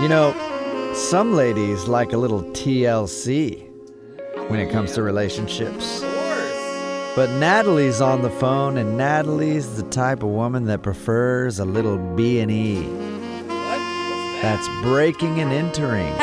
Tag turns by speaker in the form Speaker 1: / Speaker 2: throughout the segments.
Speaker 1: You know, some ladies like a little TLC when it comes to relationships. But Natalie's on the phone, and Natalie's the type of woman that prefers a little B and E. That's breaking and entering.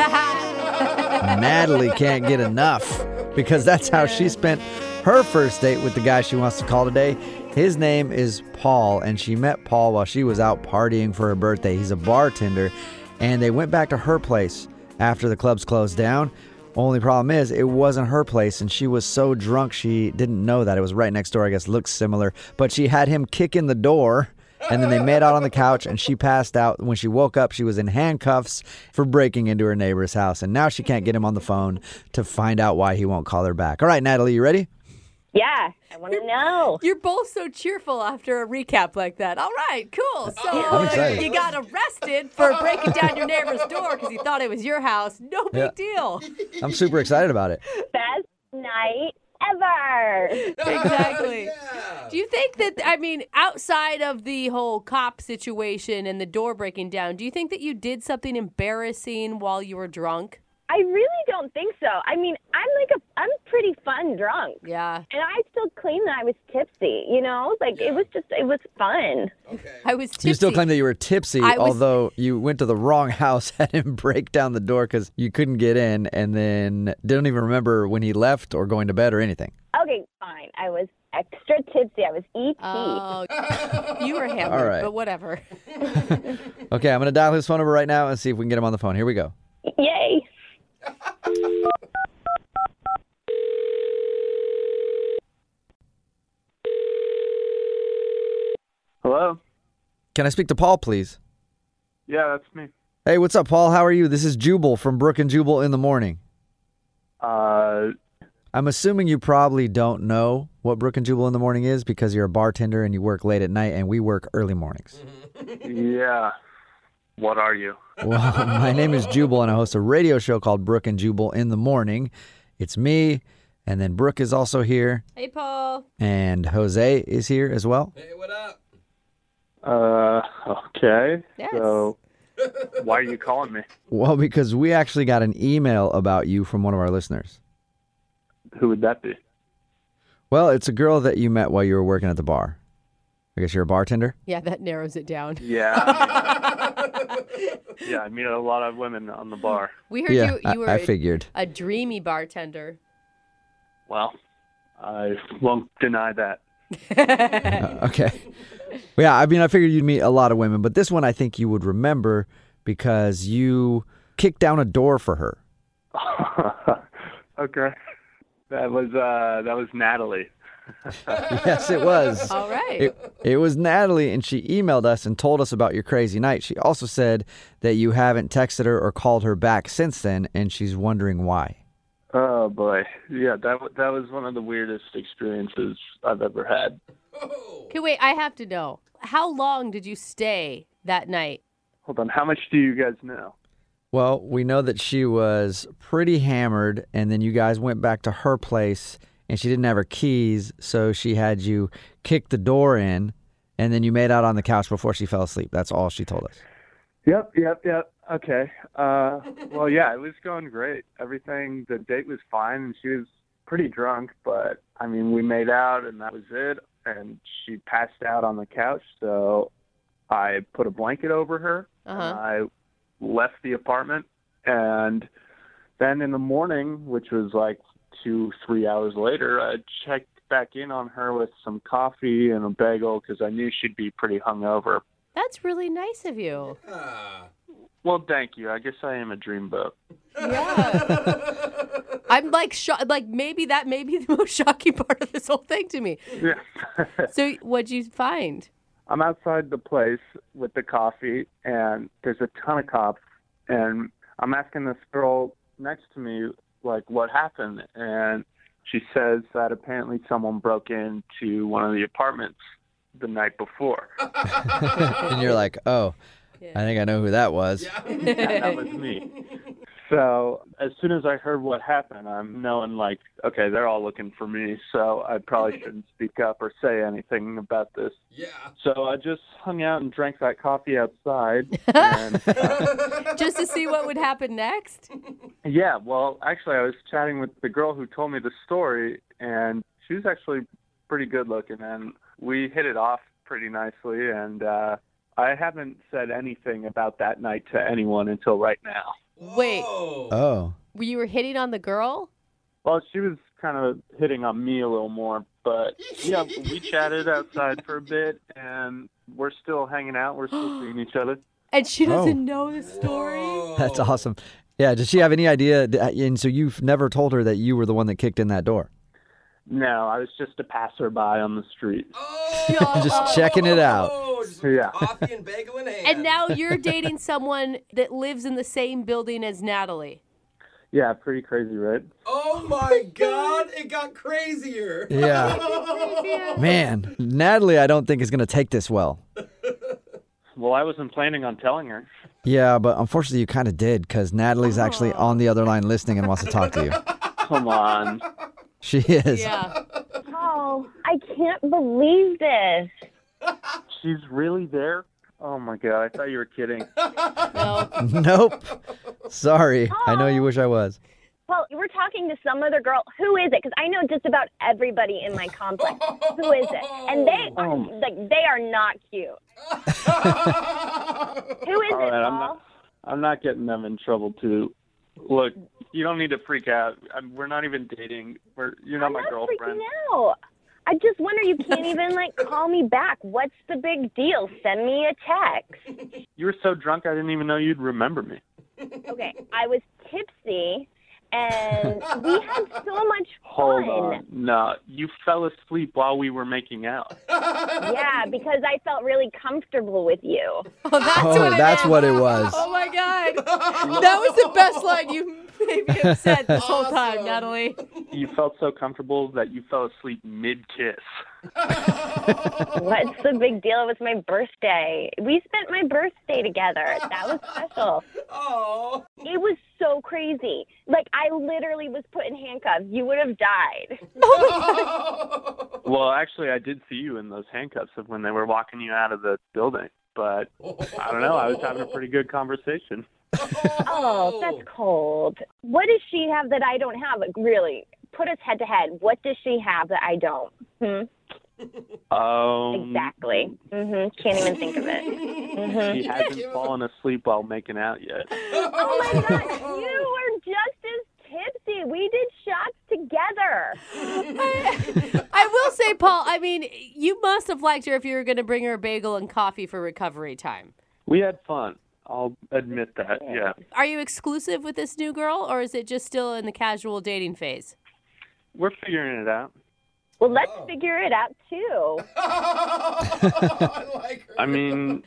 Speaker 1: Natalie can't get enough because that's how she spent her first date with the guy she wants to call today. His name is Paul, and she met Paul while she was out partying for her birthday. He's a bartender, and they went back to her place after the clubs closed down. Only problem is, it wasn't her place, and she was so drunk she didn't know that. It was right next door, I guess, looks similar. But she had him kick in the door, and then they made out on the couch, and she passed out. When she woke up, she was in handcuffs for breaking into her neighbor's house, and now she can't get him on the phone to find out why he won't call her back. All right, Natalie, you ready?
Speaker 2: Yeah, I want to know.
Speaker 3: You're both so cheerful after a recap like that. All right, cool. So
Speaker 1: I'm
Speaker 3: uh,
Speaker 1: excited.
Speaker 3: you got arrested for breaking down your neighbor's door because he thought it was your house. No big
Speaker 1: Yeah.
Speaker 3: deal.
Speaker 1: I'm super excited about it.
Speaker 2: Best night ever.
Speaker 3: Exactly. Do you think that I mean outside of the whole cop situation and the door breaking down, do you think that you did something embarrassing while you were drunk?
Speaker 2: I really don't think so. I mean, I'm like a, I'm pretty fun drunk.
Speaker 3: Yeah.
Speaker 2: And I still claim that I was tipsy, you know? Like, it was just, it was fun.
Speaker 3: I was tipsy.
Speaker 1: You still claim that you were tipsy,
Speaker 3: I was-
Speaker 1: although you went to the wrong house, had him break down the door because you couldn't get in, and then didn't even remember when he left or going to bed or anything.
Speaker 2: Okay, fine. I was extra tipsy. I was E ET.
Speaker 3: Oh, you were hammered,
Speaker 1: All right.
Speaker 3: but whatever.
Speaker 1: Okay, I'm going to dial his phone number right now and see if we can get him on the phone. Here we go.
Speaker 2: Yay.
Speaker 4: Hello?
Speaker 1: Can I speak to Paul, please?
Speaker 4: Yeah, that's me.
Speaker 1: Hey, what's up, Paul? How are you? This is Jubal from Brook and Jubal in the Morning.
Speaker 4: Uh,
Speaker 1: I'm assuming you probably don't know what Brook and Jubal in the Morning is because you're a bartender and you work late at night, and we work early mornings.
Speaker 4: yeah. What are you?
Speaker 1: Well, my name is Jubal, and I host a radio show called Brooke and Jubal in the Morning. It's me, and then Brooke is also here,
Speaker 3: Hey, Paul.
Speaker 1: and Jose is here as well.
Speaker 4: Uh, okay.
Speaker 3: Yes.
Speaker 4: So, why are you calling me?
Speaker 1: Well, because we actually got an email about you from one of our listeners.
Speaker 4: Who would that be?
Speaker 1: Well, it's a girl that you met while you were working at the bar. I guess you're a bartender.
Speaker 3: Yeah, that narrows it down.
Speaker 4: Yeah. I mean, yeah, I meet a lot of women on the bar.
Speaker 3: We heard
Speaker 1: yeah,
Speaker 3: you.
Speaker 1: I-
Speaker 3: You were
Speaker 1: I,
Speaker 3: a-
Speaker 1: figured.
Speaker 3: a dreamy bartender.
Speaker 4: Well, I won't deny that.
Speaker 1: Uh, okay. Well, yeah, I mean, I figured you'd meet a lot of women, but this one I think you would remember because you kicked down a door for her.
Speaker 4: okay. That was, uh, that was Natalie.
Speaker 1: Yes, it was.
Speaker 3: All right.
Speaker 1: It, it was Natalie, and she emailed us and told us about your crazy night. She also said that you haven't texted her or called her back since then, and she's wondering why.
Speaker 4: Oh boy. Yeah, that, wa- that was one of the weirdest experiences I've ever had.
Speaker 3: okay, wait. I have to know. How long did you stay that night?
Speaker 4: Hold on. How much do you guys know?
Speaker 1: Well, we know that she was pretty hammered, and then you guys went back to her place, and she didn't have her keys, so she had you kick the door in, and then you made out on the couch before she fell asleep. That's all she told us.
Speaker 4: Yep, yep, yep. Okay. Uh, well, yeah, it was going great. Everything, the date was fine, and she was pretty drunk, but I mean, we made out, and that was it. And she passed out on the couch, so I put a blanket over her. and
Speaker 3: Uh-huh.
Speaker 4: I left the apartment, and then in the morning, which was like two, three hours later, I checked back in on her with some coffee and a bagel because I knew she'd be pretty hungover.
Speaker 3: That's really nice of you.
Speaker 4: Well, thank you. I guess I am a dreamboat.
Speaker 3: Yeah. I'm like shocked. Like maybe that may be the most shocking part of this whole thing to me.
Speaker 4: Yeah.
Speaker 3: So what'd you find?
Speaker 4: I'm outside the place with the coffee, and there's a ton of cops. And I'm asking this girl next to me, like, what happened? And she says that apparently someone broke into one of the apartments the night before.
Speaker 1: and you're like, oh, I think I know who that was.
Speaker 4: And that was me. So as soon as I heard what happened, I'm knowing like, okay, they're all looking for me, so I probably shouldn't speak up or say anything about this.
Speaker 5: Yeah.
Speaker 4: So I just hung out and drank that coffee outside. And, uh,
Speaker 3: just to see what would happen next.
Speaker 4: yeah, well, actually, I was chatting with the girl who told me the story, and she was actually pretty good looking, and we hit it off pretty nicely. And uh, I haven't said anything about that night to anyone until right now.
Speaker 3: Wait.
Speaker 5: Whoa.
Speaker 1: Oh.
Speaker 3: You were hitting on the girl?
Speaker 4: Well, she was kind of hitting on me a little more, but yeah, we chatted outside for a bit, and we're still hanging out. We're still seeing each other.
Speaker 3: And she
Speaker 1: Oh.
Speaker 3: doesn't know the story?
Speaker 1: That's awesome. Yeah, does she have any idea? d- And so you've never told her that you were the one that kicked in that door.
Speaker 4: No, I was just a passerby on the street.
Speaker 5: Oh.
Speaker 1: Just checking it out.
Speaker 5: Oh, just
Speaker 4: Yeah.
Speaker 5: Coffee and bagel in hand.
Speaker 3: And now you're dating someone that lives in the same building as Natalie.
Speaker 4: Yeah, pretty crazy, right?
Speaker 5: Oh my God! It got crazier. Oh.
Speaker 1: Yeah. Man, Natalie, I don't think is going to take this well.
Speaker 4: Well, I wasn't planning on telling her.
Speaker 1: Yeah, but unfortunately, you kind of did because Natalie's actually
Speaker 3: Oh.
Speaker 1: on the other line listening and wants to talk to you.
Speaker 4: Come on.
Speaker 1: She is.
Speaker 3: Yeah.
Speaker 2: Oh, I can't believe this.
Speaker 4: She's really there? Oh my god, I thought you were kidding.
Speaker 3: No.
Speaker 1: Nope. Sorry. I know
Speaker 3: Oh.
Speaker 1: you wish I was.
Speaker 2: Well, you were talking to some other girl. Who is it? Because I know just about everybody in my complex. Who is it? And they are,
Speaker 4: Oh.
Speaker 2: like they are not cute. Who is
Speaker 4: All
Speaker 2: it?
Speaker 4: right, I'm
Speaker 2: Paul?
Speaker 4: not I'm not getting them in trouble too. Look, you don't need to freak out. I'm, we're not even dating. We're you're not
Speaker 2: I'm
Speaker 4: my
Speaker 2: not
Speaker 4: girlfriend.
Speaker 2: freaking out. I just wonder you can't even like call me back. What's the big deal? Send me a text.
Speaker 4: You were so drunk I didn't even know you'd remember me.
Speaker 2: Okay, I was tipsy and we had so much
Speaker 4: Hold
Speaker 2: fun.
Speaker 4: on. No, you fell asleep while we were making out.
Speaker 2: Yeah, because I felt really comfortable with you.
Speaker 3: Oh, that's
Speaker 1: Oh,
Speaker 3: what I
Speaker 1: that's
Speaker 3: meant.
Speaker 1: what it was.
Speaker 3: Oh my God. That was the best line you made me upset this whole time,
Speaker 5: Awesome.
Speaker 3: Natalie.
Speaker 4: You felt so comfortable that you fell asleep mid kiss.
Speaker 2: What's the big deal? It was my birthday. We spent my birthday together. That was special.
Speaker 5: Oh.
Speaker 2: It was so crazy. Like I literally was put in handcuffs. You would have died.
Speaker 4: Well, actually, I did see you in those handcuffs of when they were walking you out of the building. But I don't know. I was
Speaker 5: Oh.
Speaker 4: having a pretty good conversation.
Speaker 2: Oh, that's cold. What does she have that I don't have? Like, really, put us head to head. What does she have that I don't? Hmm?
Speaker 4: Um,
Speaker 2: Exactly. hmm Can't even think of it.
Speaker 4: She hasn't fallen asleep while making out yet.
Speaker 2: Oh my God, you were just as tipsy. We did shots together.
Speaker 3: I will say, Paul, I mean, you must have liked her if you were going to bring her a bagel and coffee for recovery time.
Speaker 4: We had fun. I'll admit that. Yeah.
Speaker 3: Are you exclusive with this new girl, or is it just still in the casual dating phase?
Speaker 4: We're figuring it out.
Speaker 2: Well, let's
Speaker 4: Oh.
Speaker 2: figure it out too.
Speaker 5: I like her.
Speaker 4: I mean,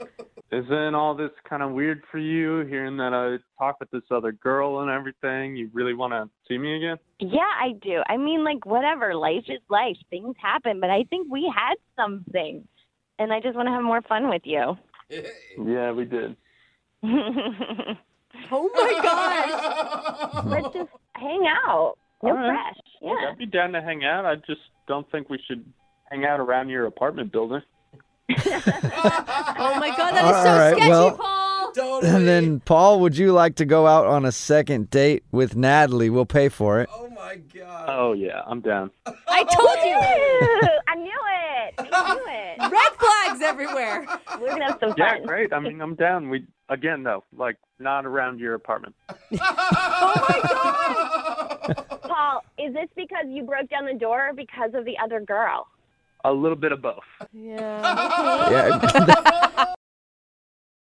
Speaker 4: isn't all this kind of weird for you hearing that I talk with this other girl and everything? You really want to see me again?
Speaker 2: Yeah, I do. I mean, like, whatever. Life is life. Things happen. But I think we had something. And I just want to have more fun with you.
Speaker 4: Yeah, we did.
Speaker 3: Oh my God.
Speaker 2: Let's just hang out. No
Speaker 4: All right.
Speaker 2: fresh. Yeah.
Speaker 4: I'd be down to hang out. I just don't think we should hang out around your apartment building.
Speaker 3: Oh my God, that is so
Speaker 1: All right,
Speaker 3: sketchy,
Speaker 1: well-
Speaker 3: Paul.
Speaker 5: totally.
Speaker 1: And then, Paul, would you like to go out on a second date with Natalie? We'll pay for it.
Speaker 5: Oh my God.
Speaker 4: Oh, yeah, I'm down.
Speaker 3: I told you.
Speaker 2: Ooh, I knew it. I knew it.
Speaker 3: Red flags everywhere.
Speaker 2: We're going to have some
Speaker 4: Yeah,
Speaker 2: fun.
Speaker 4: great. I mean, I'm down. We Again, though, like, not around your apartment.
Speaker 2: Paul, is this because you broke down the door or because of the other girl?
Speaker 4: A little bit of both.
Speaker 3: Yeah.
Speaker 1: Yeah.